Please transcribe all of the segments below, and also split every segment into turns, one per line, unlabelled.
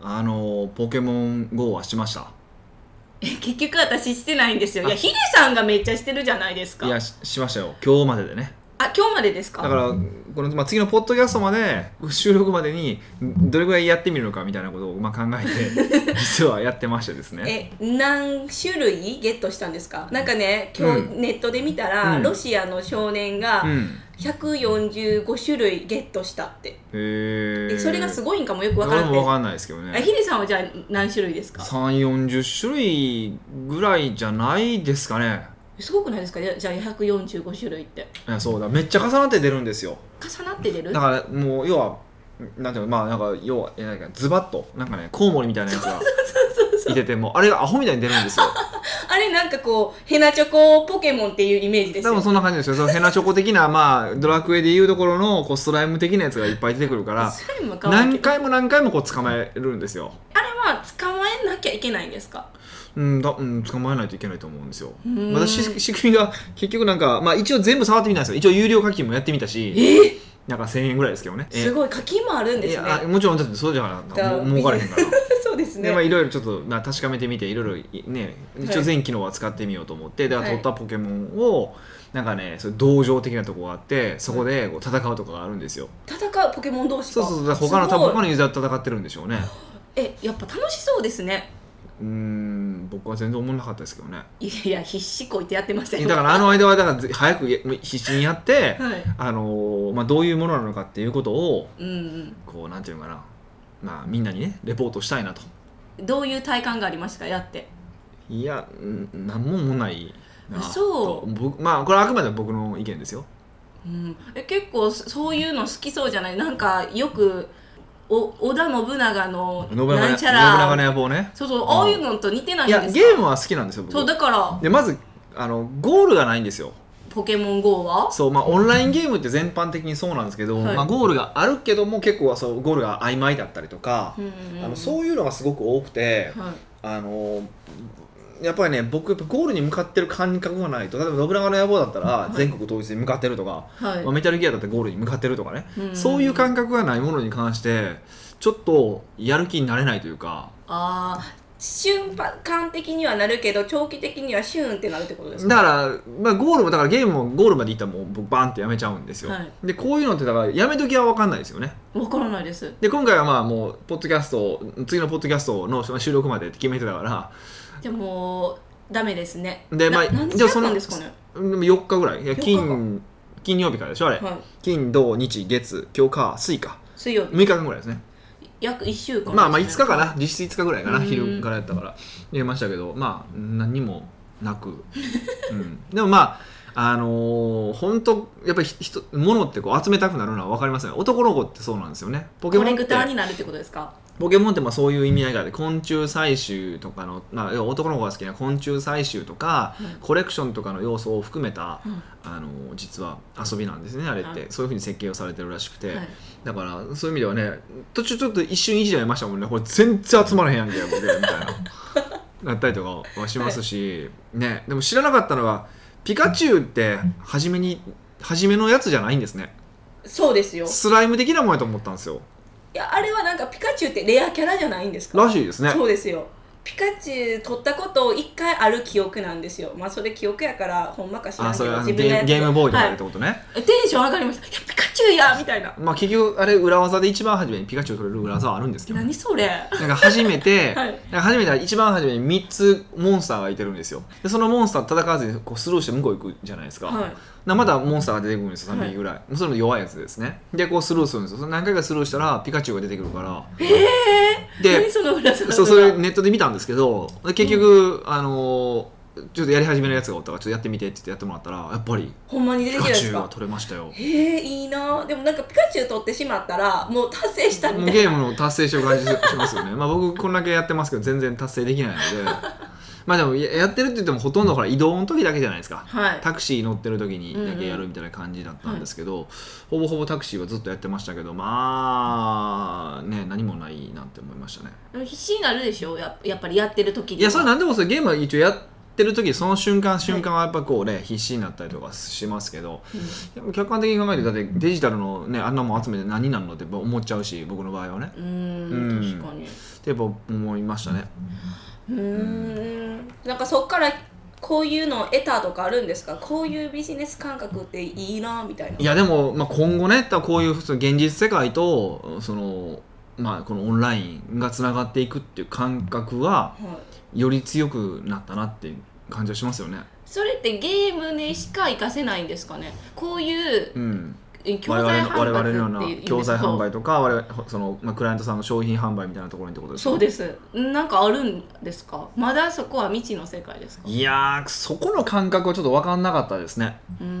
あのポケモン GO はしました
結局私してないんですよいや
あ
ヒデさんがめっちゃしてるじゃないですか
いやししましたよ今日まででね
あ今日までですか
だからこの、まあ、次のポッドキャストまで収録までにどれぐらいやってみるのかみたいなことを、まあ、考え て実はやってましてですね
え何種類ゲットしたんですかなんかね今日
う
ネットで見たら、
うん
ロシアの少年が
うん
145種類ゲットしたって、
へ
え
え
それがすごいんかもよくわか
俺
ら
も分
な
かんないですけど
くて
ね
ヒデさんはじゃあ何種類ですか
340種類ぐらいじゃないですかね
すごくないですかじゃあじゃあ145種類って
いやそうだめっちゃ重なって出るんですよ
重なって出る
だからもう要はなんていうのまあなんか要はえなんかズバッとなんかねコウモリみたいなやつがいててもうあれがアホみたいに出るんです よ
あれなんかこうヘナチョコポケモンっていうイメージです
多
よ
分そんな感じですよそのヘナチョコ的なまあドラクエでいうところのこうストライム的なやつがいっぱい出てくるから
それも可愛いけ
何
ど
回も何回もこう捕まえるんですよ、
あれは捕まえなきゃいけないんですか
うんだうん、捕まえないといけないと思うんですよ
うーん
私仕組みが結局なんか、まあ、一応全部触ってみたんですよ一応有料課金もやってみたし
えー
なんか1000円ぐらいですけどね
すごい課金もあるん
え
ですね
いやもちろんだってそうじゃな
だ
かも儲かれへんから。
そうですね
でまあ、いろいろちょっと、まあ、確かめてみていろいろね一応全機能は使ってみようと思って、で
はい
取ったポケモンをなんかねそういう道場的なとこがあってそこでこう戦うとかがあるんですよ、
戦うポケモン同士
そう
か
そうそうだから他の
す
多
ごい
分他のユーザーと戦ってるんでしょうね
えやっぱ楽しそうですね
うーん僕は全然思んなかったですけどね
いやいや必死こいてやってました
え
よ
だからあの間はだからぜ早くやもう必死にやって、
はい
あのーまあ、どういうものなのかっていうことを
うん
こうなんていうのかな、まあ、みんなにねレポートしたいなと
うんどういう体感がありましたかやって
いやうんなんももないな
そ
と
う
僕まあこれはあくまでも僕の意見ですよ
うん、え結構そそういうの好きそうじゃないなんかよくお織田信長の
信長
なん
ね
ち
信
ゃ
長の
ら
野望ね
そうそう
うん
ああいうのと似てない
い
んです
や
か
ゲームは好きなんですよ
そう
僕
だから
でまずあのゴールがないんですよ
ポケモン GO は
そうまあオンラインゲームって全般的にそうなんですけど、
はい
まあ、ゴールがあるけども結構はそうゴールが曖昧だったりとか、
うんうんうん
あのそういうのがすごく多くて、
はい
あのやっぱりね僕やっぱゴールに向かってる感覚がないと例えば信長の野望だったら
い
全国統一に向かってるとか、
はい
まあ、メタルギアだってゴールに向かってるとかね、
うんうん
そういう感覚がないものに関してちょっとやる気になれないというか。
ああ瞬間的にはなるけど長期的にはシューンってなるってことですか
だから、まあ、ゴールもだからゲームもゴールまでいったらもう僕バーンってやめちゃうんですよ、
はい
でこういうのってだからやめときは分かんないですよね
わからないです
で今回はまあもうポッドキャスト次のポッドキャストの収録までって決めてたか
じゃあもうダメですね
でまあ
な何時
じゃあ
だった
その
んですかね
らでも4日ぐらいいや
4日
金金曜日からでしょあれ、
はい
金土日月今日火水か
水曜
6
日
日間ぐらいですね
約1週間ですね
まあまあ5日かな実質5日ぐらいかな
うん
昼からやったから入れましたけどまあ何もな く、うん、でもまああのー、本当やっぱり人物ってこう集めたくなるのは分かりますよね男の子ってそうなんですよねポケ
コ
モ
レ
ンっ
ク
て
ターになるってことですか
ポケモンってまあそういう意味合いがあって昆虫採集とかの、まあ、要は男の子が好きな昆虫採集とか、
うん
コレクションとかの要素を含めた、
うん
あのー実は遊びなんですねあれっ
は
てそういうふうに設計をされてるらしくて、
はい
だからそういう意味ではね途中ちょっと一瞬いじられましたもんねこれ全然集まらへんやんけ僕みたいななったりとかはしますし、ねでも知らなかったのはピカチュウって初めに初めのやつじゃないんですね
そうですよ
スライム的なもんやと思ったんですよ
いやあれはなんかピカチュウってレアキャラじゃないんですから
しいですね
そうですよピカチュウ取ったことを一回ある記憶なんですよまあそれ記憶やからほんまか知ら
あ
んけ
それ
ど
は
自
ゲ
分のや
ー
つ
ゲームボーイとか
は
でっ
い
てことね、
テンション上がりましたいやピカチュウやみたいな
まあ結局あれ裏技で一番初めにピカチュウ取れる裏技はあるんですけど
何それ
なんか初めて、
はい
なんか初めて一番初めに3つモンスターがいてるんですよでそのモンスター戦わずにこうスルーして向こう行くじゃないですか、
はい
なまだモンスターが出てくるんですよ3匹ぐらい、それの弱いやつですねでこうスルーするんですよそれ何回かスルーしたらピカチュウが出てくるから
何
で
その裏
そうそれネットで見たんですけどで結局、あのーちょっとやり始めのやつがおったからちょっとやってみてって言ってやってもらったらやっぱり
ほんまに出
ピ
てき
カ
たんで
チュ
す
ウが
か
取れましたよ
へえいいなでもなんかピカチュウ取ってしまったらもう達成したみ
もう
たいな
ゲームの達成してる感じ しますよねまあ僕こんだけやってますけど全然達成できないのでまあでもややってるって言ってもほとんどほら移動の時だけじゃないですか
はい
タクシー乗ってる時にだけやるみたいな感じだったんですけど、ほぼほぼタクシーはずっとやってましたけどまあね何もないなって思いましたね
でも必死になるでしょややっぱりやってる時にはい
やそれは何でもそうゲームは一応やってる時その瞬間瞬間はやっぱこうね必死になったりとかしますけど、
うん
でも客観的に考えてだってデジタルのねあんなもん集めて何になるのって思っちゃうし僕の場合はね
うーん
うん
確かに
ってやっぱ思いましたね
うーんなんかそっからこういうのを得たとかあるんですかこういうビジネス感覚っていいなみたいない
やでも、まあ、今後ねこういう普通現実世界とその、まあ、このオンラインがつながっていくっていう感覚は
はい、
より強くなったなっていう感じはしますよね。
それってゲームにしか活かせないんですかねこういう
うん、
え教
我
材
々の我
販
々のよう
売
な
っていうんですか
教材販売とか我々その、まあ、クライアントさんの商品販売みたいなところにってことですか
そうですなんかあるんですかまだそこは未知の世界ですか
いやーそこの感覚はちょっと分かんなかったですね。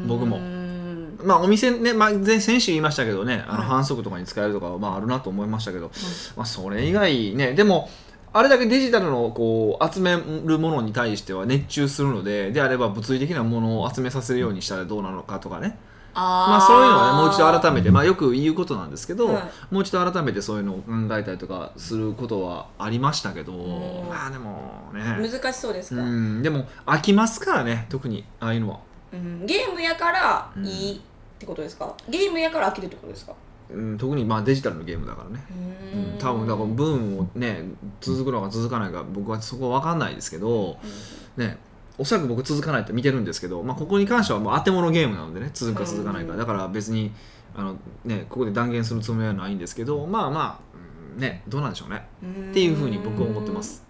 僕も
うーん
まあお店ね、まあ、前先週言いましたけどねあの
はい
反則とかに使えるとかはまああるなと思いましたけど、まあ、それ以外ねでもあれだけデジタルのこう集めるものに対しては熱中するのでであれば物理的なものを集めさせるようにしたらどうなのかとかね
あー
まあ、そういうのはねもう一度改めて、まあ、よく言うことなんですけど、
は
もう一度改めてそういうのを考えたりとかすることはありましたけど
ん
まあでもね
難しそうです
う
か、
んでも飽きますからね特にああいうのは。
うんゲームやからいいってことですか、ゲームやから飽きるってことですか
うん、特にまあデジタルのゲームだからね、
う
う
ー
ん、多分だからブームをね続くのか続かないか僕はそこは分かんないですけど、ね、おそらく僕続かないって見てるんですけど、まあ、ここに関してはもう当て物ゲームなのでね続くか続かないか、
うん
だから別にあの、ね、ここで断言するつもりはないんですけどまあまあ、うんね、どうなんでしょうねっていうふうに僕は思ってます。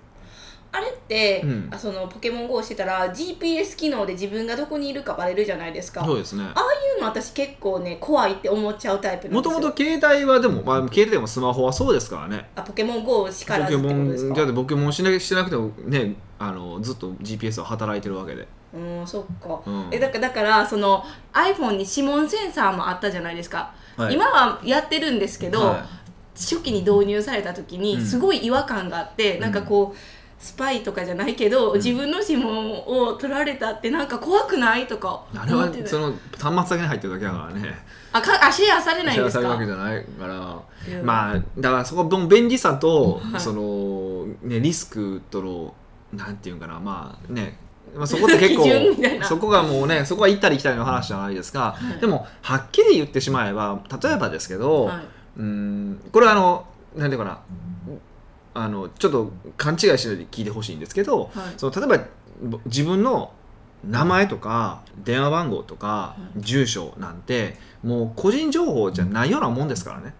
あれって、
うん
あそのポケモン GO してたら GPS 機能で自分がどこにいるかバレるじゃないですか
そうですね
そういうの私結構ね怖いって思っちゃうタイプなん
も
で
と
すよ
もと携帯はでも、まあ、携帯でもスマホはそうですからね
あポケモン GO しから
ポ
ず
ケ
ってこ
モ
とです
ン
か
だってポケモンしなしてなくてもねあのずっと GPS は働いてるわけで、
うんそっか、
うん
えだからだからその iPhone に指紋センサーもあったじゃないですか、
はい
今はやってるんですけど、
はい
初期に導入された時
う
に
ん
すごい違和感があって、なんかこうスパイとかじゃないけど、
ん
自分の指紋を取られたってなんか怖くないとか
あれは
思って
そ
た
の端末だけに入ってるだけだからね
あかあシェアされないん
知
で
ら
す
されるわけ
か
じゃないから、
うん
まあだからそこの便利さと、
はい
そのねリスクとのなんていうんかなまあねまあ、そこって結構
基準みたいな
そこがもうねそこは行ったり来たりの話じゃないですか、
はい
でもはっきり言ってしまえば例えばですけど、
はいう
ーんこれはあのなんていうかなあのちょっと勘違いしないで聞いてほしいんですけど
はい
その例えばぼ自分の名前とか電話番号とか
は
住所なんてもう個人情報じゃないようなもんですからね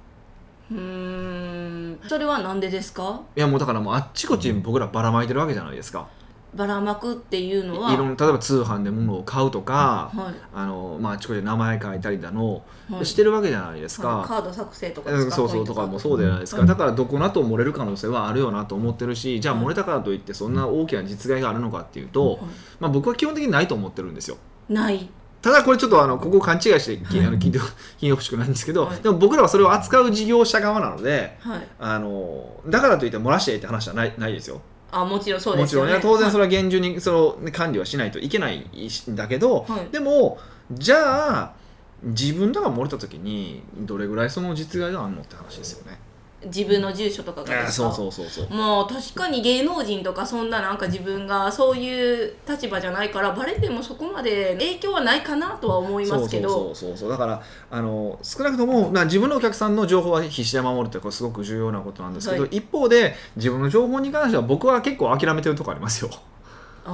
うーんそれはなんでですか
いやもうだからもうあっちこっちに僕らばらまいてるわけじゃないですか
ばらまくっていう
い
のは
ろんな例えば通販で物を買うとか
は
あの、まあ、あっちこっちで名前書いたりだの
いはい
してるわけじゃないですか、
はいカード作成とかです
うん
か
そうそうとかもそうじゃないですか、
はい
だからどこなと漏れる可能性はあるよなと思ってるしじゃあ漏れたからといってそんな大きな実害があるのかっていうと、
は
まあ、僕は基本的にないと思ってるんですよ
いない
ただこれちょっとあのここを勘違いしてきあの聞いて 聞いてほしくないんですけど、
はい
でも僕らはそれを扱う事業者側なので
はい
あのだからといって漏らしてって話はないないですよ
あもちろんそう
も
で
ち
す
ろ
よ
ん
ね
ね当然それ
れ
は厳重にその管理はしないといけないんだけど、
はい
でもじゃあ自分らが漏れた時にどれぐらいその実害があるのって話ですよね。
自分の住所とかがです
あ
か
そうそうそうそう
もう確かに芸能人とかそんななんか自分がそういう立場じゃないからバレてもそこまで影響はないかなとは思いますけ
そ
ど
うそうそうそうそうだからあの少なくともな自分のお客さんの情報は必死で守るってこれすごく重要なことなんですけど、
は
一方で自分の情報に関しては僕は結構諦めてるとこあり ますよ
あ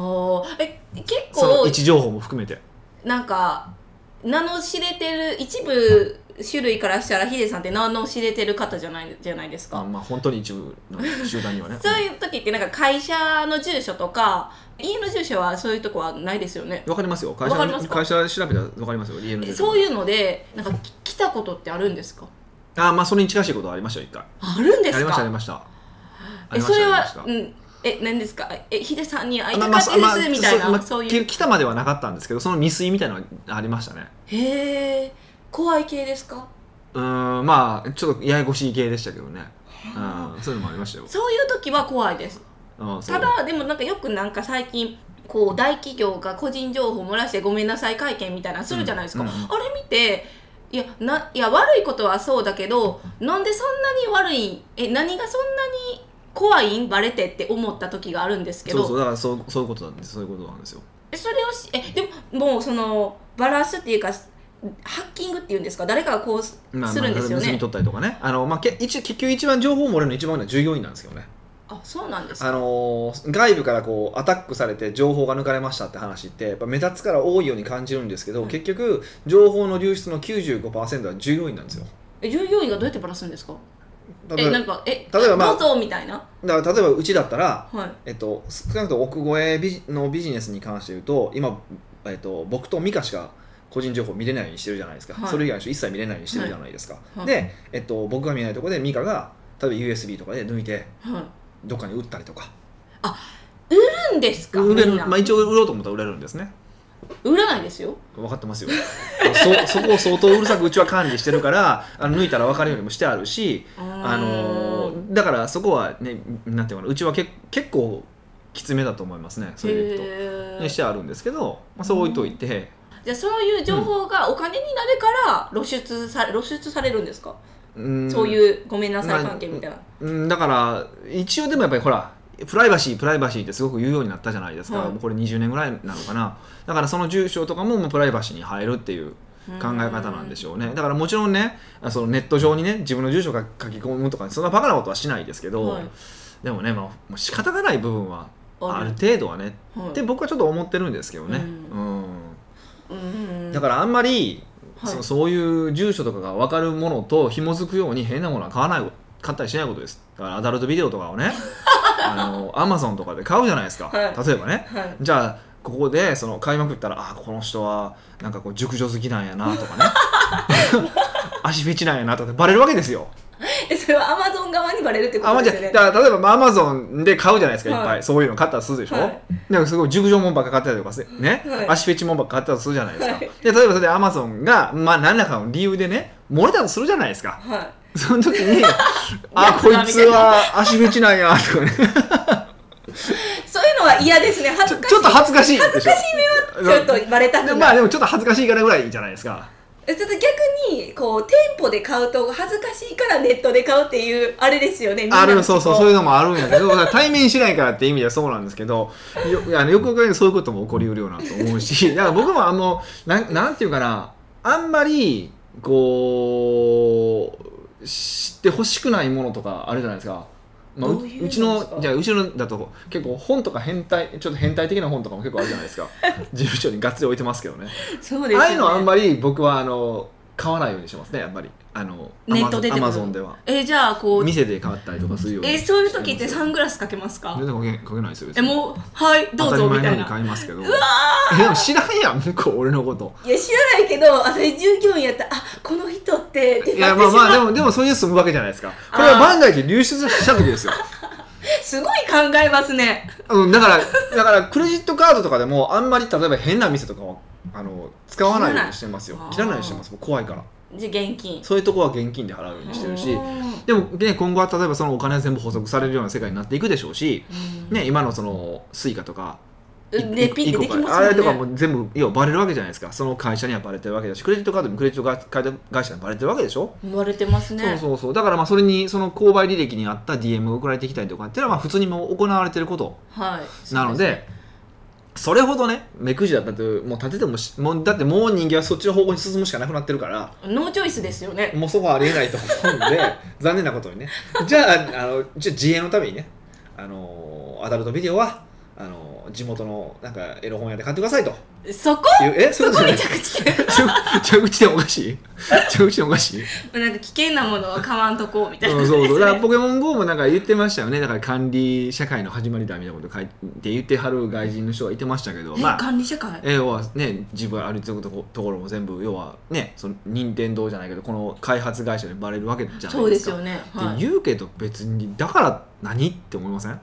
ーえ結
その
構
位置情報も含めて
なんか名の知れてる一部種類からしたらヒデさんって名の知れてる方じゃないじゃないですか
あ、まあ本当に一部の集団にはね
そういう時ってなんか会社の住所とか家の住所はそういうとこはないですよね
わかりますよ会
わか
社
りま
の
すか
会社調べたらわかりますよ家の
え
情報
そういうのでなんかき来たことってあるんですか
あまあそれに近しいことはありましたよ一回
あるんで
あ
す
りましたあ
か
りましたあ
え
りま
そ
したあ
れ
りま
は
した
うんえ何ですかえヒデさんに会い
ま
た
あ
か
ま
っ
あ
たで
まあ
すみたい
そうま
な
あ
そういう
き来たまではなかったんですけどその未遂みたいなのはありましたね
へえ怖い系ですか
うーんまあちょっとややこしい系でしたけどね、うん、そういうのもありましたよ、
そういう時は怖いです
うん、そう
ただでもなんかよくなんか最近こう大企業が個人情報漏らしてごめんなさい会見みたいなのするじゃないですか、
うんうん
あれ見ていやないや悪いことはそうだけどなんでそんなに悪いえ何がそんなに怖いんバレてって思った時があるんですけど
そうそうだからそうそういうことなんですそういうことなんですよ
えそれをしえでももうそのバラすっていうかハッキングっていうんですか誰かがこうす,、
まあ、
るんです
ま
よ
あ、盗み
ね
取ったりとかねあの、まあ、け一結局一番情報を漏れるの一番多いのは従業員なんですけどね
あそうなんです
あ
か
のー外部からこうアタックされて情報が抜かれましたって話ってやっぱ目立つから多いように感じるんですけど、
うん
結局情報の流出の95%は従業員なんですよ
え従業員がどうやってバラすんですか
例
え
え
なん
ば
かえ
例えばまあ
どうぞみたいな
だから例えばうちだったら、
はい
えっと、少なくとも奥越えビジのビジネスに関して言うと今、えっと、僕と美香しか個人情報見れないようにしてるじゃないですか、
はい
それ以外の人一切見れないようにしてるじゃないですか、
はい
で、えっと、僕が見えないところで美香が例えば USB とかで抜いて
はい
どっかに売ったりとか
なんですか
売れ
みん
る、
な
まあ、一応売ろうと思ったら売れるんですね
売らないですよ
分かってますよ そそこを相当うるさくうちは管理してるからあの抜いたら分かるようにもしてあるし、あの
ー
ーだからそこはねなんていうのかなうちはけ結構きつめだと思いますねそれでいくと。
へ
ね、
ー
してあるんですけど、まあ、そう置いといて、
じゃあそういう情報がお金になるから露出さ露出されるんですか、
うん
そう
う
いうごめんなさい関係みたいな、
んだから一応でもやっぱりほらプライバシープライバシーってすごく言うようになったじゃないですか、
はい
もうこれ20年ぐらいなのかなだからその住所とかももうプライバシーに入るっていう考え方なんでし
ょ
ょうねだからもちろんねあそのネット上にね自分の住所が書き込むとかそんなバカなことはしないですけど、
はい
でもね、まあ、もう仕方がない部分はあ
あ
る
る
程度はね
はい
って僕はちょっと思ってるんですけどね、
う
うん
うんうんうん
だからあんまり、
はい
そそういう住所とかが分かるものと紐づくように変なものは買わない買ったりしないことですだからアダルトビデオとかをねあのアマゾンとかで買うじゃないですか、
はい
例えばね
はい
じゃあここでその買いまくったらあこの人はなんかこう熟女好きなんやなとか ね足フェチなんやなとかってバレるわけですよ
えそれはアマゾン側にバレるってこ
あまあ
とで
じ
す
ゃ
よね
あだから例えばアマゾンで買うじゃないですか、い、っ
は
ぱいそういうの買ったらするでしょ、
はい
なんかすごい熟女もんばっか買ってたりとかせね、
はい
足フェチもんばっか買ってたとするじゃないですか、
はい
で例えばそれでアマゾンが、まあ、何らかの理由でね漏れたとするじゃないです か
はい
その時に
や
あ
つ
こい
だ
つは足フェチなんやとかね
そういうのは嫌ですね恥ずかしい
ちょっと恥ずかしいでしょ恥
恥ずかしい目はちょっとバレたくない、
まあでもちょっと恥ずかしいからぐらいじゃないですか
えちょっと逆にこう店舗で買うと恥ずかしいからネットで買うっていうあれですよねみんな
あ
の
るそうそうそういう
う
のもあるんやけどだから対面しないからって意味ではそうなんですけ どよあのよくよくそういうことも起こりうるよなと思うしだから僕もあのなんなんていうかなあんまりこう知ってほしくないものとかあるじゃないですか。まあ、
ど
う
ういうの
うち
で
の
すか
じゃあうちのだと結構本とか変態ちょっと変態的な本とかも結構あるじゃないです か事務所にがっつり置いてますけどね
そうですよね
ああいうのはあんまり僕はあの買わないようにしてますねやっぱりあの
ネットでって
ア
こと
マゾンでは
えじゃあこう
店で買ったりとかするように
えそういう時っ
して
てサ
ます
ングラスかけますか
全然かけかけないですよ別
え
に
もうはいどうぞみ
当たり前のよう
たい
に
な
買いますけどうわえでも知らんやん向こう俺のこと
いや知らないけど私従業員やったらあこの人ってって
い
な
や
って
まあ
しまう
まあでもでもそういう住むわけじゃないですか
あー
これは万が一流出した時ですよ、
すごい考えますね
うん、だからだからクレジットカードとかでもあんまり例えば変な店とかはあの使わないようにしてますよ
切
切
ら
ら
ない
ないようにしてますもう怖いから
じゃあ現金
そういうとこは現金で払うようにしてるし
うん
でも、ね、今後は例えばそのお金は全部補足されるような世界になっていくでしょうし、
うん
ね、今のそのスイカとか
レピ
い
っ
い
て
子
で
か
きますよね
あれとかも全部要はバレるわけじゃないですかその会社にはバレてるわけだしクレジットカードにもクレジットカード会社にバレてるわけでしょ、
言われてますね
そうそうそうだからまあそれにその購買履歴に合った DM が送られてきたりとかっていうのはまあ普通にもう行われてること
はい
なのでそれほどね目くじだったというもう立ててもしもうだってもう人間はそっちの方向に進むしかなくなってるから
そうですノーチョイスですよね
もうそこはありえないと思うん で残念なことにねじゃああのじゃあ自衛のためにねあのアダルトビデオはあの地元のなんかエロ本屋で買ってくださいと
そこ
いうえそ
そう
いうこ
こと
じゃな
に
い
着地点
着口点おかしい着口点おかしい
なんか危険なものは買わんとこうみたいな
そうそうそうだからポケモン GO もなんか言ってましたよねだから管理社会の始まりだみたいなこと書いて言ってはる外人の人がいてましたけど
え
まあ
管理社会
え要はね自分が歩いてるとこところも全部要はねその任天堂じゃないけどこの開発会社にバレるわけじゃないですか
そうですよねは
で
い
言うけど別にだから何って思いません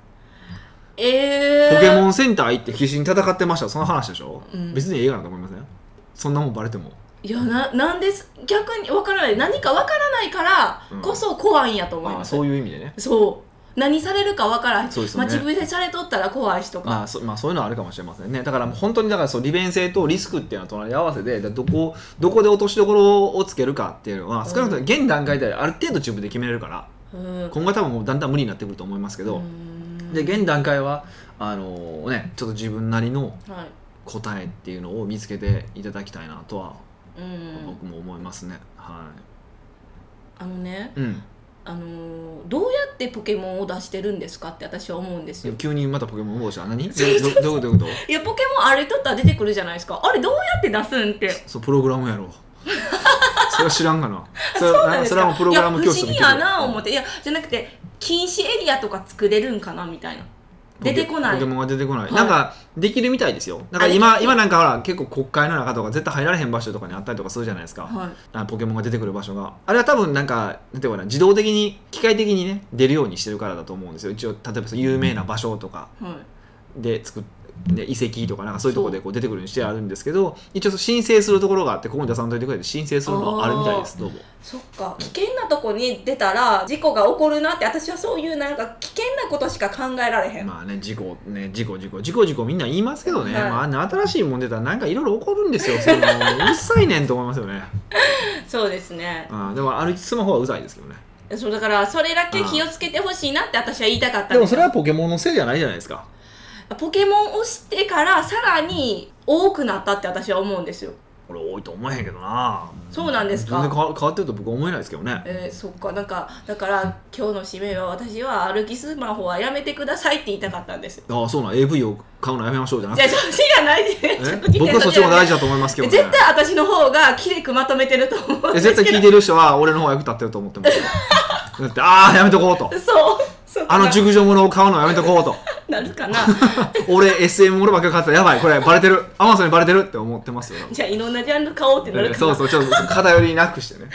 えー
ポケモンセンター行って必死に戦ってましたその話でしょ、
うん
別にええかなと思いませんそんなもんバレても
いやななんです逆にわからない何かわからないからこそ怖いんやと思い
ああ
ます、
そういう意味でね
そう何されるかわからへん、
そうですよね
待ち伏せされとったら怖いしとか、
まあそまあ、そういうのはあるかもしれませんねだからもう本当にだからそう利便性とリスクっていうのは隣り合わせでだどこどこで落としどころをつけるかっていうのは少なくとも現段階である程度自分で決めれるから
うん
今後は多分もうだんだん無理になってくると思いますけど、
うん
で現段階はあのねちょっと自分なりの
はい
答えっていうのを見つけていただきたいなとは
うん
僕も思いますね、は
あのね
い、うん
あのーどうやってポケモンを出してるんですかって私は思うんですよ、
急にまたポケモン戻した何どどどういうことどういうこと
いやポケモン歩いとったら出てくるじゃないですかあれどうやって出すんって
そうプログラムやろそれは知らんがなそれは
なんです
そ
か
れはもうプログラム教室
いや不思議やな思っていやじゃなくて禁止エリアとか作れるんかなみたいな出てこない
ポケポケモンが出てこない、
はい
なんかできるみたいですよなんか
あでき
今
る
今なんかほら結構国会の中とか絶対入られへん場所とかにあったりとかするじゃないですか、
はい
あポケモンが出てくる場所があれは多分なんかなんていうかな自動的に機械的にね出るようにしてるからだと思うんですよ一応例えばそう有名な場所とか
はい
で作っで遺跡とかなんかそういうところでこう出てくるようにしてあるんですけど一応そう申請するところがあってここに出さんといてくれって申請するのがあるみたいですどうも
そっか危険なとこに出たら事故が起こるなって私はそういうなんか危険なことしか考えられへん、
まあね事故ね事故事故事故事故みんな言いますけどね、
はい
まああんな新しいもん出たらなんかいろいろ起こるんです よそれもうるさいねんと思いますよね
そうですね
あでも歩きスマホはうざいですけどね
そうだからそれだけ気をつけてほしいなって私は言いたかったん
でも
す
それはポケモンのせいじゃないじゃないですか
ポケモンをしてからさらに多くなったって私は思うんですよ
俺多いと思えへんけどな
そうなんですか
全然変わ変わってると僕は思えないですけどね
えー、そっかなんかだから今日の締めは私は歩きスマホはやめてくださいって言いたかったんです
ああそうなん AV を買うのやめましょうじゃなく
じゃ
て
あそっちじゃないで
え
ちょっと聞いて
僕はそっちも大事だと思いますけどね
絶対私の方がきれくまとめてると思うん
え
です
絶
け
対
ど
聞いてる人は俺の方が役立ってると思ってますよだってああやめとこうと
そうそう
あの熟女物を買うのやめとこうと
なるかな
俺 SM 俺ばっかり買ってたらやばいこれバレてるアマゾンにバレてるって思ってますよ
じゃあいろんなジャンル買おうってなるかな
そうそうちょっと偏りなくして ね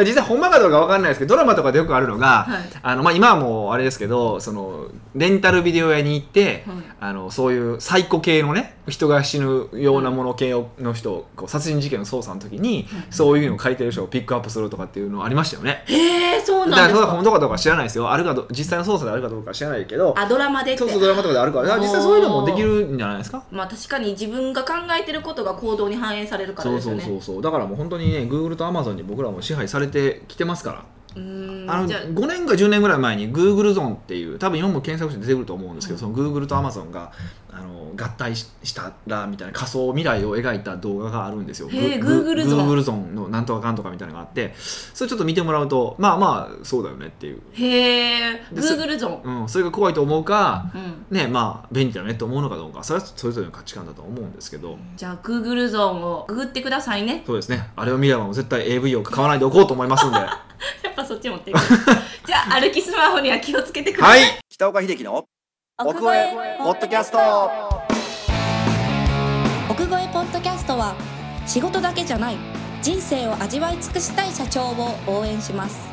実際ほんまかどうかわかんないですけどドラマとかでよくあるのが、
はい
あのまあ、今はもうあれですけどそのレンタルビデオ屋に行って、
はい
あのそういうサイコ系のね人が死ぬようなもの系をの人をこう殺人事件の捜査の時に、そういうのを借りてる人をピックアップするとかっていうのありましたよね。
へえそう
だか
な
ら
んで
それ
す
は本
か
当かどうか知らないですよあるかど実際の捜査であるかどうかは知らないけど
あドラマでって
そうそうドラマとかであるからだから実際そういうのもできるんじゃないですか
まあ確かに自分が考えてることが行動に反映されるから
そう
です
そ
よ
う
ね
そうそうだからもう本当にね Google と Amazon に僕らも支配されてきてますから
うーん
あの
じゃあ
5年か10年ぐらい前に Google ゾーンっていう多分今も検索して出てくると思うんですけど、その Google と Amazon があの合体ししたらみたいな仮想未来を描いた動画があるんですよ。
へー
グ
Google ゾーン
Google ゾーンのなんとかかんとかみたいなのがあってそれちょっと見てもらうとまあまあそうだよねっていう、
へえ
でそ
Google ゾーン
うん、それが怖いと思うか、
うん
ねまあ便利だよねと思うのかどうかそれはそれぞれの価値観だと思うんですけど。
じゃあ Google ゾーンをググってくださいね
そうですねあれを見ればもう絶対 AV を買わないでおこうと思いますんでは
やっぱそっち持っていく じゃあ歩きスマホには気をつけてください、
い
北岡秀樹の奥越えポッドキャスト
奥越えポッドキャストは仕事だけじゃない人生を味わい尽くしたい社長を応援します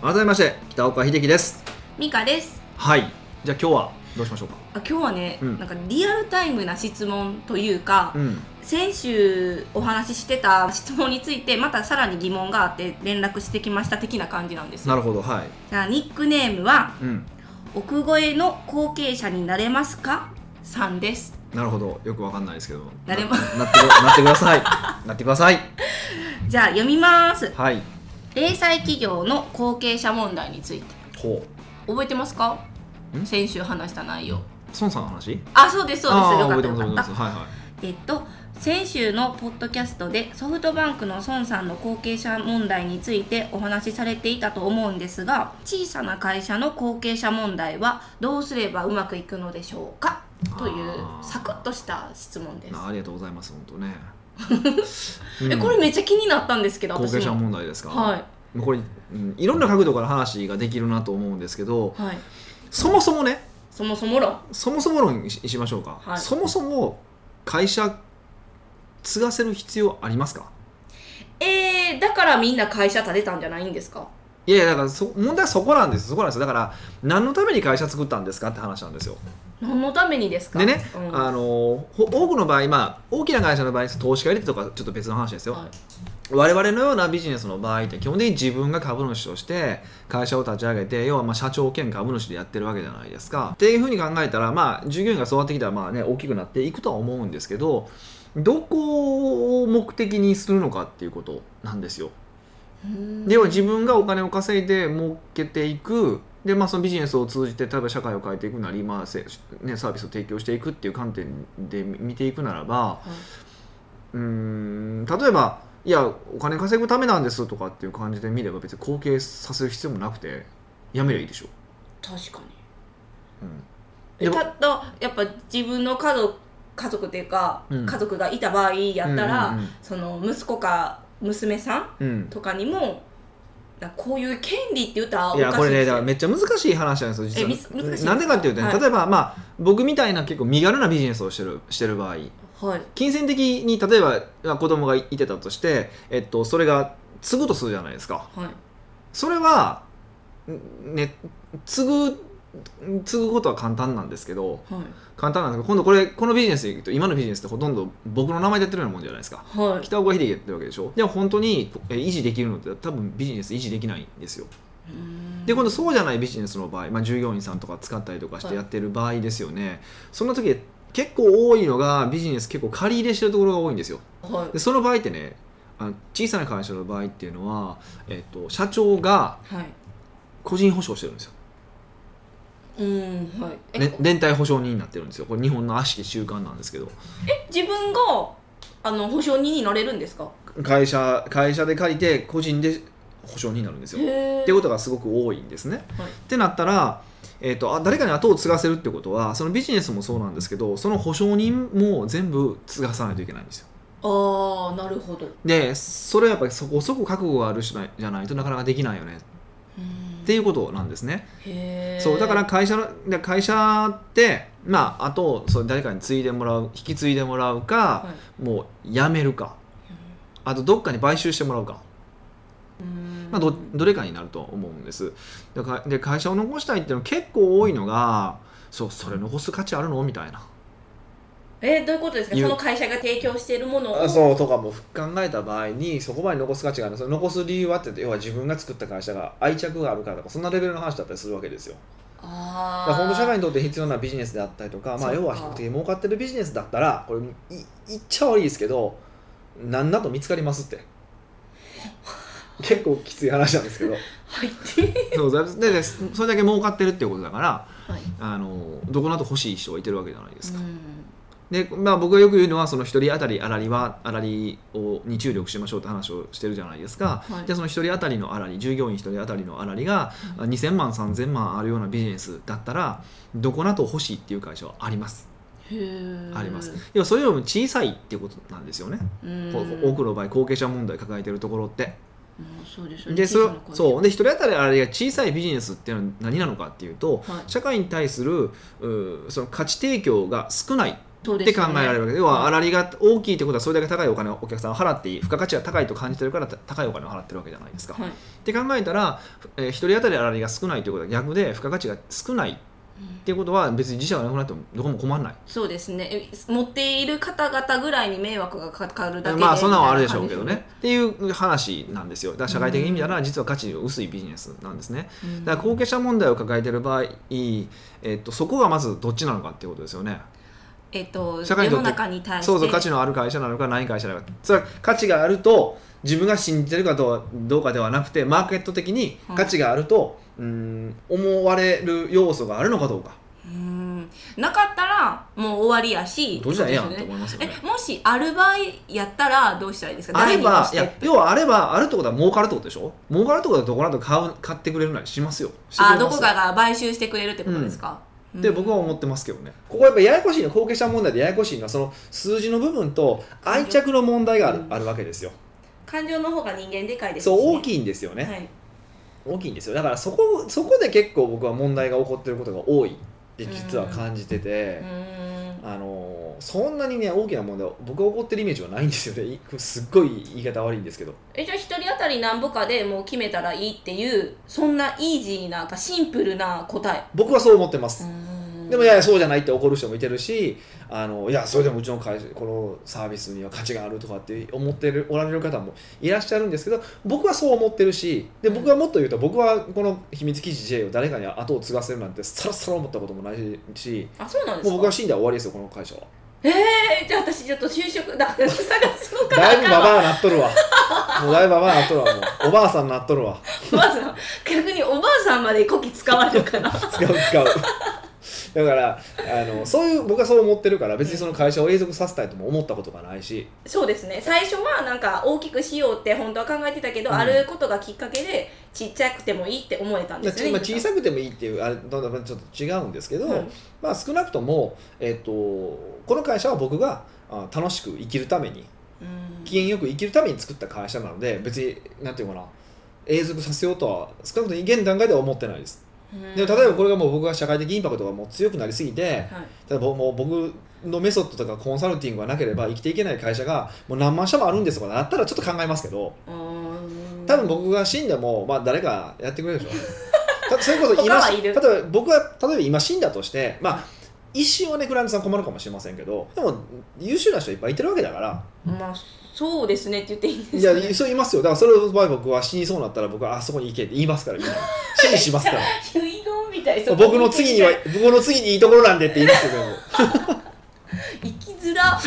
改めまして北岡秀樹です
ミカです
はいじゃあ今日はどうしましょうか
あ今日はね、
うん
なんかリアルタイムな質問というか、
うん
先週お話ししてた質問についてまたさらに疑問があって連絡してきました的な感じなんです
な
よ
るほどはい
じゃあニックネームは
うん
「奥越えの後継者になれますか?」さんです
なるほどよくわかんないですけど
誰も
ななってくなってください なってください
じゃあ読みます
はい
零細企業の後継者問題について
ほう
覚えてますか
ん
先週話した内容
孫さんの話
あそうですそうです
あ
よ
ー
か
覚
っ
え
た
て
よ
ます覚え
かってた
ますはいは
えっと先週のポッドキャストでソフトバンクの孫さんの後継者問題についてお話しされていたと思うんですが小さな会社の後継者問題はどうすればうまくいくのでしょうかという
あー
サクッとした質問で
い
す
なありがとうございます本当 ね
えこれめっちゃ気になったんですけど
後継者
も
問題ですか
はい
いこれ、うん、いろんな角度から話ができるなと思うんですけど
はい
そもそもね
そもそも論
そもそも論にししましょうか、
はい
そもそも会社継がせる必要ありますか
えー、だからみんな会社建てたんじゃないんですか
いやいやだからそ問題はそこなんですそこなんですよだから何のために会社作ったんですかって話なんですよ
何のためにですか
でね、
うん
あのほ多くの場合、まあ、大きな会社の場合投資家入れてとかちょっと別の話ですよ、
はい
我々のようなビジネスの場合って基本的に自分が株主として会社を立ち上げて要はまあ社長兼株主でやってるわけじゃないですかっていうふうに考えたらまあ従業員が育ってきたらまあね大きくなっていくとは思うんですけどどこを目的にするのかっていうことなんですよ
うーん
では自分がお金を稼いで儲けていくで、まあ、そのビジネスを通じて例えば社会を変えていくなり、まあせね、サービスを提供していくっていう観点で見ていくならば、
いう
ーん例えばいやお金稼ぐためなんですとかっていう感じで見れば別に後継させる必要もなくてやめりゃいいでしょ、
確か
うん、で
にたったやっぱ自分の家族家族っていうか、
うん
家族がいた場合やったら、
うんうん
その息子か娘さん
うんうん
とかにもなんかこういう権利って言ったらお
いや
か
こ
しい
れ
で
ね
す
だか
よ
らめっちゃ難しい話なんですよ実
え
は
み難しいです
なんでかっていうとね、
はい
例えばまあ僕みたいな結構身軽なビジネスをしてるしてる場合
はい
金銭的に例えばまあ子供がいてたとして、えっと、それが継ぐとするじゃないですか
はい
それはんね継ぐ継ぐことは簡単なんですけど
はい
簡単なんですけど今度これこのビジネスでいくと今のビジネスってほとんど僕の名前でやってるようなもんじゃないですか
はい
北岡秀樹やってるわけでしょでも本当にえ維持できるのって多分ビジネス維持できないんですよ
うーん
で今度そうじゃないビジネスの場合、まあ、従業員さんとか使ったりとかしてやってる場合ですよね、そんな時結構多いのがビジネス結構借り入れしてるところが多いんですよ
はい
でその場合ってねあの小さな会社の場合っていうのは、えっと、社長が
はい
個人保証してるんですよ、
うーんはいえ、
ね、連帯保証人になってるんですよこれ日本の悪しき習慣なんですけど
自分があの保証人になれるんですか
会社会社で借りて個人で保証人になるんですよ
へえ
っていうことがすごく多いんですね。
はい
ってなったら、えー、とあ誰かに後を継がせるってことはそのビジネスもそうなんですけどその保証人も全部継がさないといけないんですよ。
ああなるほどう
でそれはやっぱりそこそこ覚悟がある人じゃないとなかなかできないよね
ーん
っていうことなんですね。
へえ
そうだから会社ので会社ってまああとそう誰かに継いでもらう引き継いでもらうか、
は
もう辞めるかあとどっかに買収してもらうか。
うーん
まあ、どどれかになると思うんですでかで会社を残したいっていうの結構多いのがそうそれ残す価値あるのみたいな
えーどういうことですか
言
そうの会社が提供しているものを
そうとかも考えた場合にそこまで残す価値があるその残す理由はって要は自分が作った会社が愛着があるからとかそんなレベルの話だったりするわけですよ
あ
だ
あ
から本当社会にとって必要なビジネスであったりとか、ま
そう
あ、
か
要は比較的儲かってるビジネスだったらこれい言っちゃ悪いですけど何だと見つかりますって 結構きつい話なんですけど
入って
そう だででそれだけ儲かってるっていうことだから
はい
あのどこなと欲しい人がいてるわけじゃないですか、
うん
で、まあ、僕がよく言うのはその1人当たりあらりはあらりをに注力しましょうって話をしてるじゃないですか、
はい
でその1人当たりのあらり従業員1人当たりのあらりがあ2000万3000万あるようなビジネスだったらどこなと欲しいっていう会社はあります
へー
あります要はそれよりも小さいっていうことなんですよね、
うーん
こう多くの場合後継者問題抱えてるところって
うんそうですよね
でそ
小
れ
さな会社
そうで1人当たりあらりが小さいビジネスっていうのは何なのかっていうと、
はい
社会に対するうーその価値提供が少ない
そう
っ
で
て
す
考
よね
えられるわけで、要はあらりが大きいってことはそれだけ高いお金をお客さんは払っていい付加価値が高いと感じてるからた高いお金を払ってるわけじゃないですか。
はい
って考えたら、えー、1人当たりあらりが少ないということは逆で付加価値が少ないっていうことは別に自社がなくなってもどこも困らない。
そうですねえ持っている方々ぐらいに迷惑がかかるだけで
まあそんなのはあるでしょう
み
け
たい
ど
な
ねっていう話なんですよだから社会的に見たら実は価値の薄いビジネスなんですね
感じですよねうん
だから後継者問題を抱えてる場合、えっとそこがまずどっちなのかっていうことですよね
えっと
社会に
世
とっ
の
て
中に対して
そうそう価値のある会社なのかない会社なのかそれは価値があると自分が信じてるかどうどうかではなくてマーケット的に
はい
価値があると、うーん思われる要素があるのかどうか
うんなかったらもう終わりやし
どうしたらええやん
そう
と
ですよね
思いますよね
えもしある場合やったらどうしたらいいですか
あればい
第二の
や
ステップ
要はあればあるってことは儲かるってことでしょ儲かるってことはどこなど買う買ってくれるなりしますよしてくれ
あ
ます
ど
よ
こかが買収してくれるってことですか、うん
って僕は思ってますけどねここやっぱややこしいの後継者問題でややこしいのはその数字の部分と愛着の問題がある
うん
あるわけですよ
感情の方が人間でかいです
そう大
い
きいんですよね、
はい、
大きいんですよだからそこそこで結構僕は問題が起こってることが多いって実は感じてて
う、ーん
あのそんなにね大きな問題は僕が起こってるイメージはないんですよねい すっごい言い方悪いんですけど
えじゃあ一人当たりなんぼかでもう決めたらいいっていうそんなイージーなかシンプルな答え
僕はそう思ってます、でもいや
や
いやそうじゃないって怒る人もいてるしあのいやそれでもうちの会社このサービスには価値があるとかって思ってるおられる方もいらっしゃるんですけど僕はそう思ってるしで僕はもっと言うと僕はこの秘密記事 J を誰かに後を継がせるなんてさらさら思ったこともないし
あそうなんです
もう
か
僕が死んだら終わりですよこの会社は
えじゃあ私ちょっと就職だから探すのかな
だいぶババアなっとるわもうだいぶババアなっとるわもうおばあさんなっとるわ
おばあさん逆におばあさんまでこき使われるかな
使う使うだからあのそういう僕はそう思ってるから別にその会社を永続させたいとも思ったことがないし
そうですね最初はなんか大きくしようって本当は考えてたけど、
うん
あることがきっかけでちっちゃくてもいいって思えたんですよ
ま
ね
あ小さくてもいいっていうあれどんどんどんちょっと違うんですけど、
うん
まあ少なくとも、えっとこの会社は僕があ楽しく生きるために
うん
機嫌よく生きるために作った会社なので別になんていうかな永続させようとは少なくとも現段階では思ってないです、
うん
でも例えばこれがもう僕が社会的インパクトがもう強くなりすぎて
はい
例えばもう僕のメソッドとかコンサルティングがなければ生きていけない会社がもう何万社もあるんですとかなったらちょっと考えますけど
うーん
多分僕が死んでも、まあ、誰かやってくれる でしょたそれこそ今
他はいる
例えば僕が例えば今死んだとしてまあ一瞬はねクライアントさん困るかもしれませんけどでも優秀な人いっぱいいてるわけだから
まあそうですねって言っていいんです
い
か
や
ね、
そう言いますよだからそれの場合僕は死にそうになったら僕はあそこに行けって言いますからみんな死にします から
遺言みたい
僕の次には僕の次にいいところなんでって言いますけど
生きづら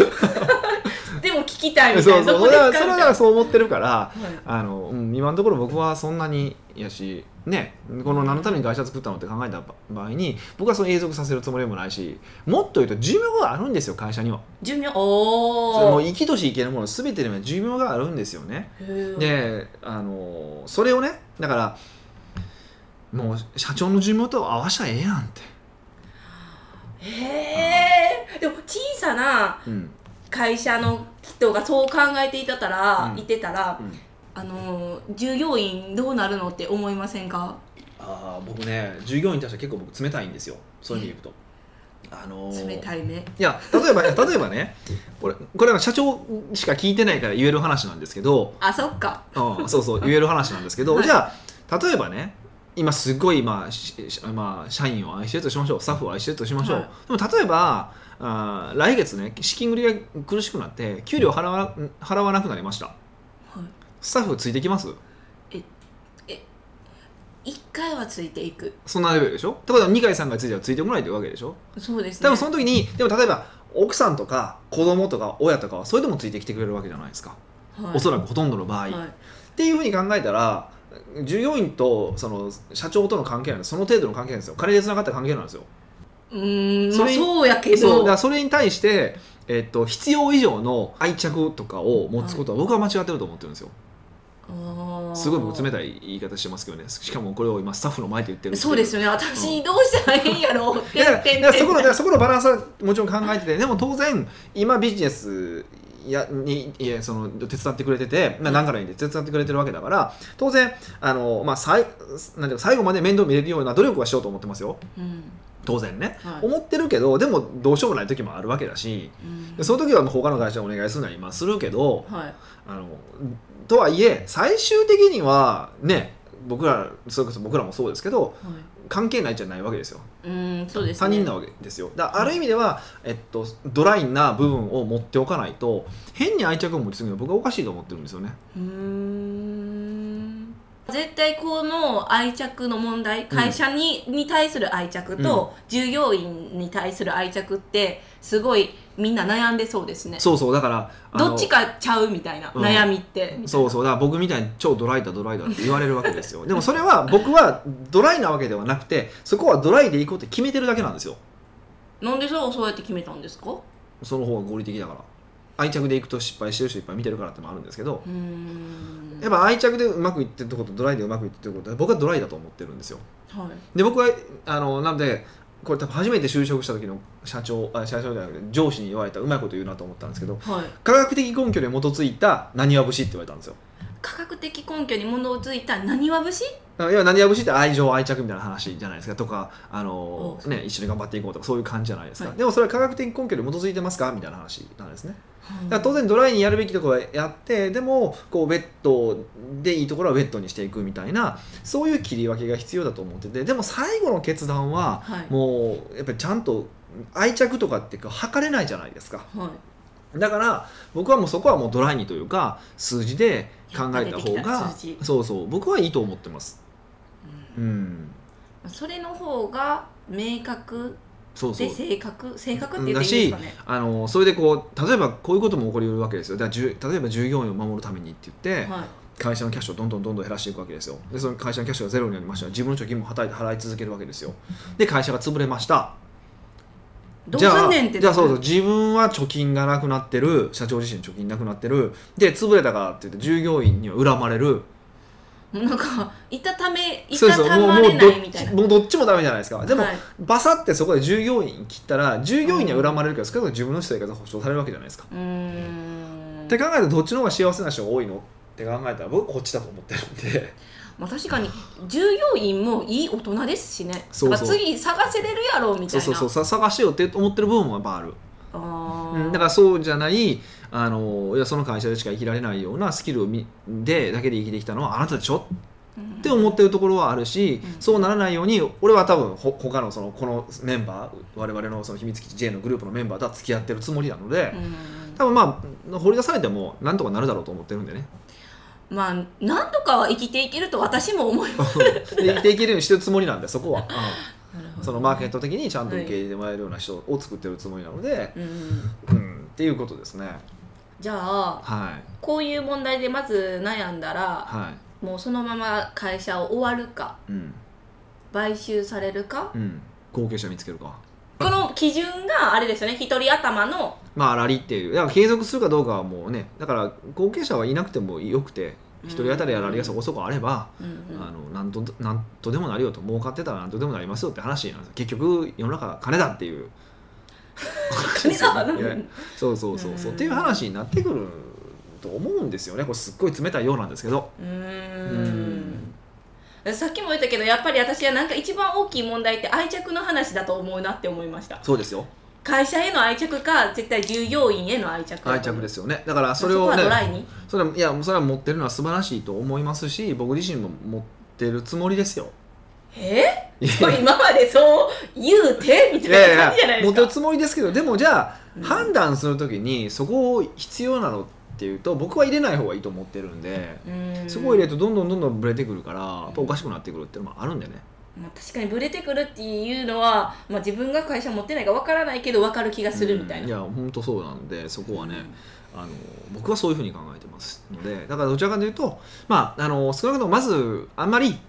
でも聞きたいみた
そ
いうな
そう
こ
そ
で
れ
すか
はそれ
みたい
はそう思ってるから
なはい
あの、うん、今のところ僕はそんなにやしねこの何のために会社作ったのって考えた場合に僕はその永続させるつもりもないしもっと言うと寿命があるんですよ会社には
寿命
それも
お
う
ー
生きとし生けるもの全てには寿命があるんですよね
へー
であのそれをねだからもう社長の寿命と合わしゃええやんって、
へえでも小さな
うん
会社の人がそう考えていたたら、
うん
いてたら、
うん
あのー従業員どうなるのって思いませんか
ああ僕ね従業員に対して結構僕冷たいんですよそういう意味で言うと。あのー
冷たいね
いや例えば 例えばねこれこれは社長しか聞いてないから言える話なんですけど、
あそっか
うん、そう そう言える話なんですけど、
はい
じゃあ例えばね今すごい、まあししまあ、社員を愛してるとしましょうスタッフを愛してるとしましょう、
はい
でも例えばあー来月ね資金繰りが苦しくなって給料払わ払わなくなりましたスタッフついてきます
一回はついていく
そんなレベルでしょってことは2回3回ついてはついてこないというわけでしょ
そうですね
多分その時にでも例えば奥さんとか子供とか親とかはそれでもついてきてくれるわけじゃないですか、
はい
おそらくほとんどの場合、
はい
っていうふうに考えたら従業員とその社長との関係なんでその程度の関係なんですよ金でつながった関係なんですよ
うーん
そ
まあ
れ
そうやけ
そうだ
ど
からそれに対して、えっと、必要以上の愛着とかを持つことは僕は間違ってると思ってるんですよすごい僕冷
た
たい言い方してますけどねしかもこれを今スタッフの前で言ってるんけど
そうですよね私どうしたらいいんやろ うって
だからだからそこのだか
で
らそこのバランスはもちろん考えててでも当然今ビジネスやにいやその手伝ってくれててな何からいいんで手伝ってくれてるわけだから当然あの、まあ、さいなんていうか最後まで面倒見れるような努力はしようと思ってますよ
うん
当然ね、
はい
思ってるけどでもどうしようもない時もあるわけだし
うん
でその時はもう他の会社にお願いするのは今するけど
はい
あのとはいえ最終的にはね僕らそれこそ僕らもそうですけど
は
関係ないじゃないわけですよ
いうんそうです
他
ね
人なわけですよだからある意味では、えっと、ドライな部分を持っておかないと変に愛着を持ちすぎるのは僕はおかしいと思ってるんですよね
うーん絶対この愛着の問題会社に,、に対する愛着と、従業員に対する愛着ってすごいみんな悩んでそうですね
そうそうだからあの
どっちかちゃうみたいな、
うん
悩みって
そうそうだから僕みたいに超ドライだドライだって言われるわけですよでもそれは僕はドライなわけではなくてそこはドライでいこうって決めてるだけなんですよ
なんでそうそうやって決めたんですかう
その方が合理的だから愛着でいくと失敗してる人いっぱい見てるからってのもあるんですけど
ーん
やっぱ愛着でうまくいってるとことドライでうまくいってることは僕はドライだと思ってるんですよ
はい
で僕はあのなのでこれ多分初めて就職した時の社長あ社長じゃなくて上司に言われたうまいこと言うなと思ったんですけど
はい、
科学的根拠に基づいた何は節って言われたんですよ
科学的根拠に基づいた何は節
だから要は何は節って愛情愛着みたいな話じゃないですかとかあの
お、う
ね、一緒に頑張っていこうとかそういう感じじゃないですか、
はい
でもそれは科学的根拠に基づいてますかみたいな話なんですねだから当然ドライにやるべきところはやってでもこうウェットでいいところはウェットにしていくみたいなそういう切り分けが必要だと思っててでも最後の決断は
はい
もうやっぱりちゃんと愛着とかってこう測れないじゃないですか
はい
だから僕はもうそこはもうドライにというか数字で考えた方
出てきた
が
数字
そうそう僕はいいと思ってます
う
うん
んそれの方が明確
そうそ
で
う
正確正確って言っていいんですかね
あのそれでこう例えばこういうことも起こりうるわけですよだからじゅ例えば従業員を守るためにって言って、
はい
会社のキャッシュをどんどんどんどん減らしていくわけですよでその会社のキャッシュがゼロになりました自分の貯金もはたいて払い続けるわけですよで会社が潰れました
どう
じゃ
す
あ
んねんって
じゃあそうそう自分は貯金がなくなってる社長自身貯金なくなってるで潰れたからって言って従業員には恨まれる
なんかいたためい
そう
た
そう
た
もう
ま
も
れ
う
な
ど
い
っ
みた
ち
いな
もうどっちもダメじゃないですかでも、
はい
バサってそこで従業員切ったら従業員には恨まれるけど少なくとも自分の生活が保障されるわけじゃないですか、
うーん
って考えたらどっちの方が幸せな人が多いのって考えたら僕こっちだと思ってる んで
まあ、確かに従業員もいい大人ですしね
そうそう
だから次探せれるやろうみた
そ
いうな
そうそうさ探してよって思ってる部分もやっぱある、
あ
う
ー
んだからそうじゃないあのいやその会社でしか生きられないようなスキルをみでだけで生きてきたのはあなたでしょ
うん
って思ってるところはあるし、
うん
そうならないように俺は多分ほ他のそのこのメンバー我々のその秘密基地 J のグループのメンバーとは付き合ってるつもりなので、
うん
多分まあ掘り出されてもなんとかなるだろうと思ってるんでね
まあ何とかは生きていけると私も思います
で生きていけるようにしてるつもりなんでそこは、 うんそのマーケッ
ト、
ト的にちゃんと受け入れてもらえるような人を作ってるつもりなので、
うん、
うん、っていうことですね
じゃあ
はい
こういう問題でまず悩んだら
は
もうそのまま会社を終わるか
いうん
買収されるか
うん後継者見つけるか
この基準があれですよね一人頭の
まあラリっていうだから継続するかどうかはもうねだから後継者はいなくてもよくて
うん
一人当たりやラリがそこそこあれば、
うんうん
あのなんとなんとでもなるよと儲かってたらなんとでもなりますよって話なんです結局世の中は金だっていう
金沢の
いやそうそうそうそう
うん
っていう話になってくると思うんですよねこれすっごい冷たいようなんですけど
う
う
ーんさっきも言ったけどやっぱり私はなんか一番大きい問題って愛着の話だと思うなって思いました
そうですよ
会社への愛着か絶対従業員への愛着
愛着ですすよねだからそ
そ
れ
れを
を
は
ね
ドライに
それはいやそれは持ってるのは素晴らしいと思いますし僕自身も持ってるつもりですよ
え
い
これ今までそう言うてみたいな感じじゃないで
持っ
す
てる
か
つもりですけどでもじゃあ、
うん
判断するときにそこを必要なのっていうと僕は入れない方がいいと思ってるんで、
うん
そこを入れるとどんどんどんどんブレてくるからやっぱおかしくなってくるっていうのもあるんでね
まあ、確かにブレてくるっていうのは、まあ、自分が会社持ってないかわからないけどわかる気がするみたいな、
うんいや本当そうなんでそこはね、あの僕はそういうふうに考えてますのでだからどちらかというと、まあ、あの少なくともまずあんまり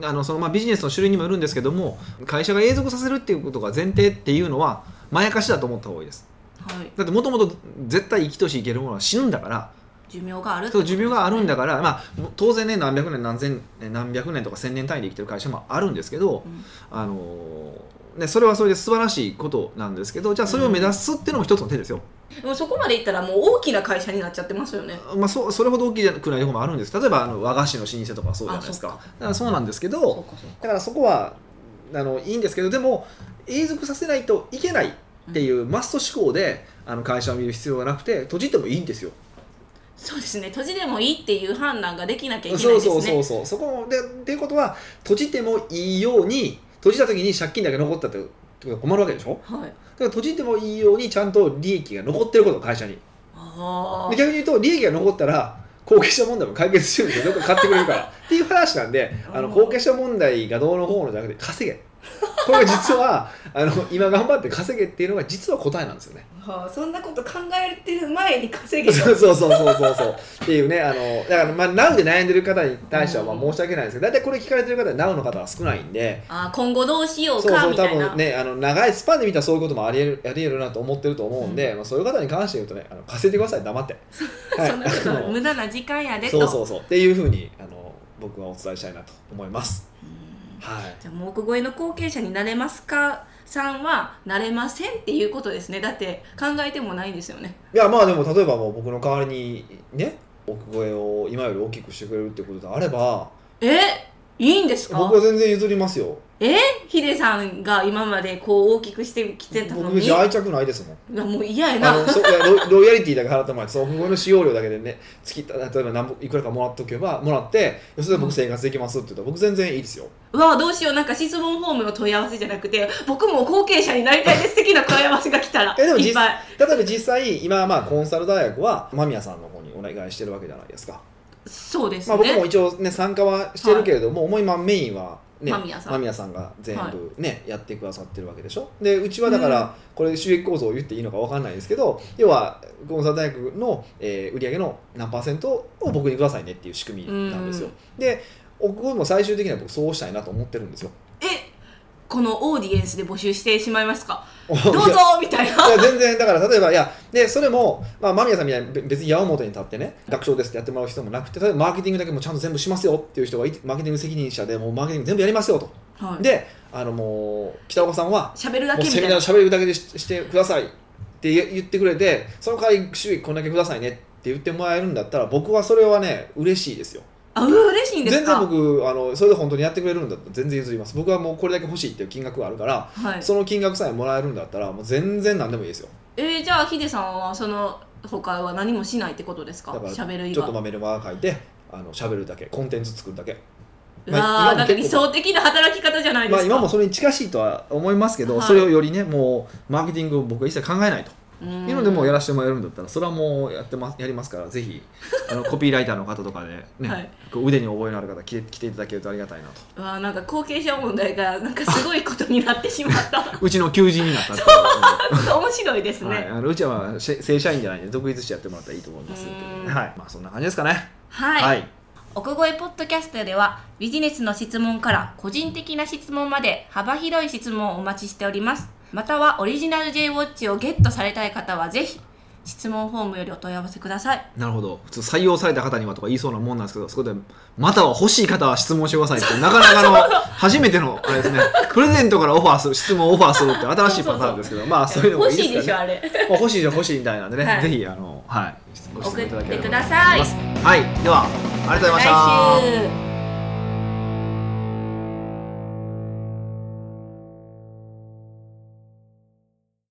あのそのまあビジネスの種類にもよるんですけども会社が永続させるっていうことが前提っていうのはまやかしだと思った方がいいです
はい、
だってもともと絶対生きとし生けるものは死ぬんだから
寿命があるって
そ
こ
う
と
寿命があるんだから、まあ、もう当然ね何百年何千年何百年とか千年単位で生きてる会社もあるんですけど、
うん
あのーね、それはそれで素晴らしいことなんですけどじゃあそれを目指すっていうのも一つの手ですよ、
でもそこまでいったらもう大きな会社になっちゃってますよね
まあ、そそれほど大きくないところもあるんです例えばあの和菓子の老舗とかはそうじゃないですか
あそっか
だからそうなんですけ
そう
ど
かそうか
だからそこはあのいいんですけどでも永続させないといけないっていうマスト思考であの会社を見る必要がなくて閉じてもいいんですよ
そうですね閉じでもいいっていう判断ができなきゃいけない
そ
で
う
すね
そうそうそうそこでっていうことは閉じてもいいように閉じた時に借金だけ残ったってことが困るわけでしょ
はい
だから閉じてもいいようにちゃんと利益が残ってること会社に
あ
で逆に言うと利益が残ったら後継者問題も解決して るんですよどっか買ってくれるからっていう話なんであの
うん
後継者問題がどうのこうのじゃなくて稼げこれが実はあの今頑張って稼げっていうのが実は答えなんですよね
あ、はあ、そんなこと考えてる前に稼げ
そうそうそうそうそうそうっていうねあのだからまあ NOW で悩んでる方に対してはまあ
うん
申し訳ないんですけど大体これ聞かれてる方で NOW の方は少ないんで
あ今後どうしよう
そう
か
そう
み
多
たいな
分ねあの長いスパンで見たらそういうこともありえるありえるなと思ってると思うんで、まあ、そういう方に関して言うとねあの稼いでください黙って。はい
そんなこと
あ
は
の
無駄な時間やでと
そうそうそうっていうふうにあの僕はお伝えしたいなと思います。
うん
はい。
じゃあもう奥越えの後継者になれますかさんはなれませんっていうことですねだって考えてもないんですよね
いやまあでも例えばもう僕の代わりにね奥越えを今より大きくしてくれるってことであれば
えいいんですか
僕は全然譲りますよ。
ヒデさんが今までこう大きくしてきてたの
僕
にい
別に
や
愛着ないですもん。
もう嫌や
あ
な
のそいやロ ロイヤリティだけ払ってもらってその奥越えの使用料だけでね月例えば何ぼいくらかもらっとけばもらってそれで僕生活できますって言ったら僕全然いいですよ。
うわあどうしようなんか質問フォームの問い合わせじゃなくて僕も後継者になりたいです的な問い合わせが来たら
えでも実
いっぱい
例えば実際今はまあコンサル大学は間宮さんの方にお願いしてるわけじゃないですか。
そうです
ま
ね、
あ、僕も一応ね参加はしてるけれども、もう今メインは、ね、
間宮さん
さんが全部ね、やってくださってるわけでしょでうちはだから、これ収益構造を言っていいのかわかんないですけど要はコンサル大学の、えー売り上げの何パーセントを僕にくださいねっていう仕組みなんですよ、で奥越も最終的には僕そうしたいなと思ってるんですよ
えこのオーディエンスで募集してしまいますか
どう
どうぞみたいない
や全然だから例えばいやでそれも、まあ、間宮さんみたいにべ別に矢面に立ってね楽勝ですってやってもらう必要もなくて例えばマーケティングだけもちゃんと全部しますよっていう人がいてマーケティング責任者でもうマーケティング全部やりますよと、
はい
であのもう北岡さんは
喋るだ
もう
けみ
セ
た
ミナー
いな
のしゃべるだけでししてくださいって言言ってくれてその代わり収益こんだけくださいねって言ってもらえるんだったら僕はそれはね嬉しいですよ
あうわ嬉しいんです
全然
か
僕あのそれで本当にやってくれるんだったら全然譲ります僕はもうこれだけ欲しいっていう金額があるから
はい、
その金額さえもらえるんだったらもう全然何でもいいですよ
えー、じゃあヒデさんはその他は何もしないってことですか
だから
喋る以
ちょっと
外
まあメルマガ書いてあの喋るだけコンテンツ作るだけ
う
まあ今も
わーなんか理
結構
想的な働き方じゃないで
まあ
すか、
今もそれに近しいとは思いますけど、
はい
それをよりねもうマーケティングを僕は一切考えないと
うん
いうのでもうやらせてもらえるんだったらそれはもうやってますやりますからぜひあのコピーライターの方とかで、ね
はい
こう腕に覚えのある方来て来ていただけるとありがたいなと
うわーなんか後継者問題がなんかすごいことになってしまった
うちの求人になったっていう
面白いです
はい、
ね
あのうちはまあし正社員じゃないんで独立してやってもらったらいいと思いますんで
うん
はいまあそんな感じですかね
はい、
はい
奥越ポッドキャストではビジネスの質問から個人的な質問まで幅広い質問をお待ちしておりますまたはオリジナル J ウォッチをゲットされたい方はぜひ質問フォームよりお問い合わせください
なるほど普通採用された方にはとか言いそうなもんなんですけどそこでまたは欲しい方は質問してくださいってなかな かの初めてのあれですねプレゼントからオファーする質問をオファーするって新しいパターンですけどまあそういうのも
欲
いいで
し
す
い
か
で
らね
しょあれ
まあ欲しいじゃ欲しいみたいなんでね、
はい
ぜひあのはいご質問いただければと思
送ってください
ますはいではありがとうございました
来週